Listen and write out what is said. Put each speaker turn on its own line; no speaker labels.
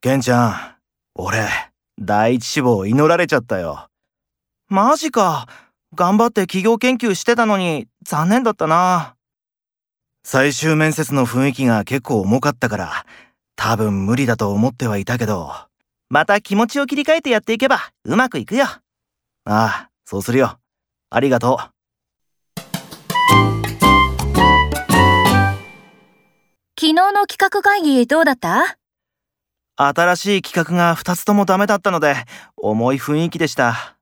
ケンちゃん、俺、第一志望祈られちゃったよ。
マジか。頑張って企業研究してたのに残念だったな。
最終面接の雰囲気が結構重かったから、多分無理だと思ってはいたけど。
また気持ちを切り替えてやっていけばうまくいくよ。あ
あ、そうするよ。ありがとう。
昨日の企画会議どうだった
新しい企画が2つともダメだったので、重い雰囲気でした。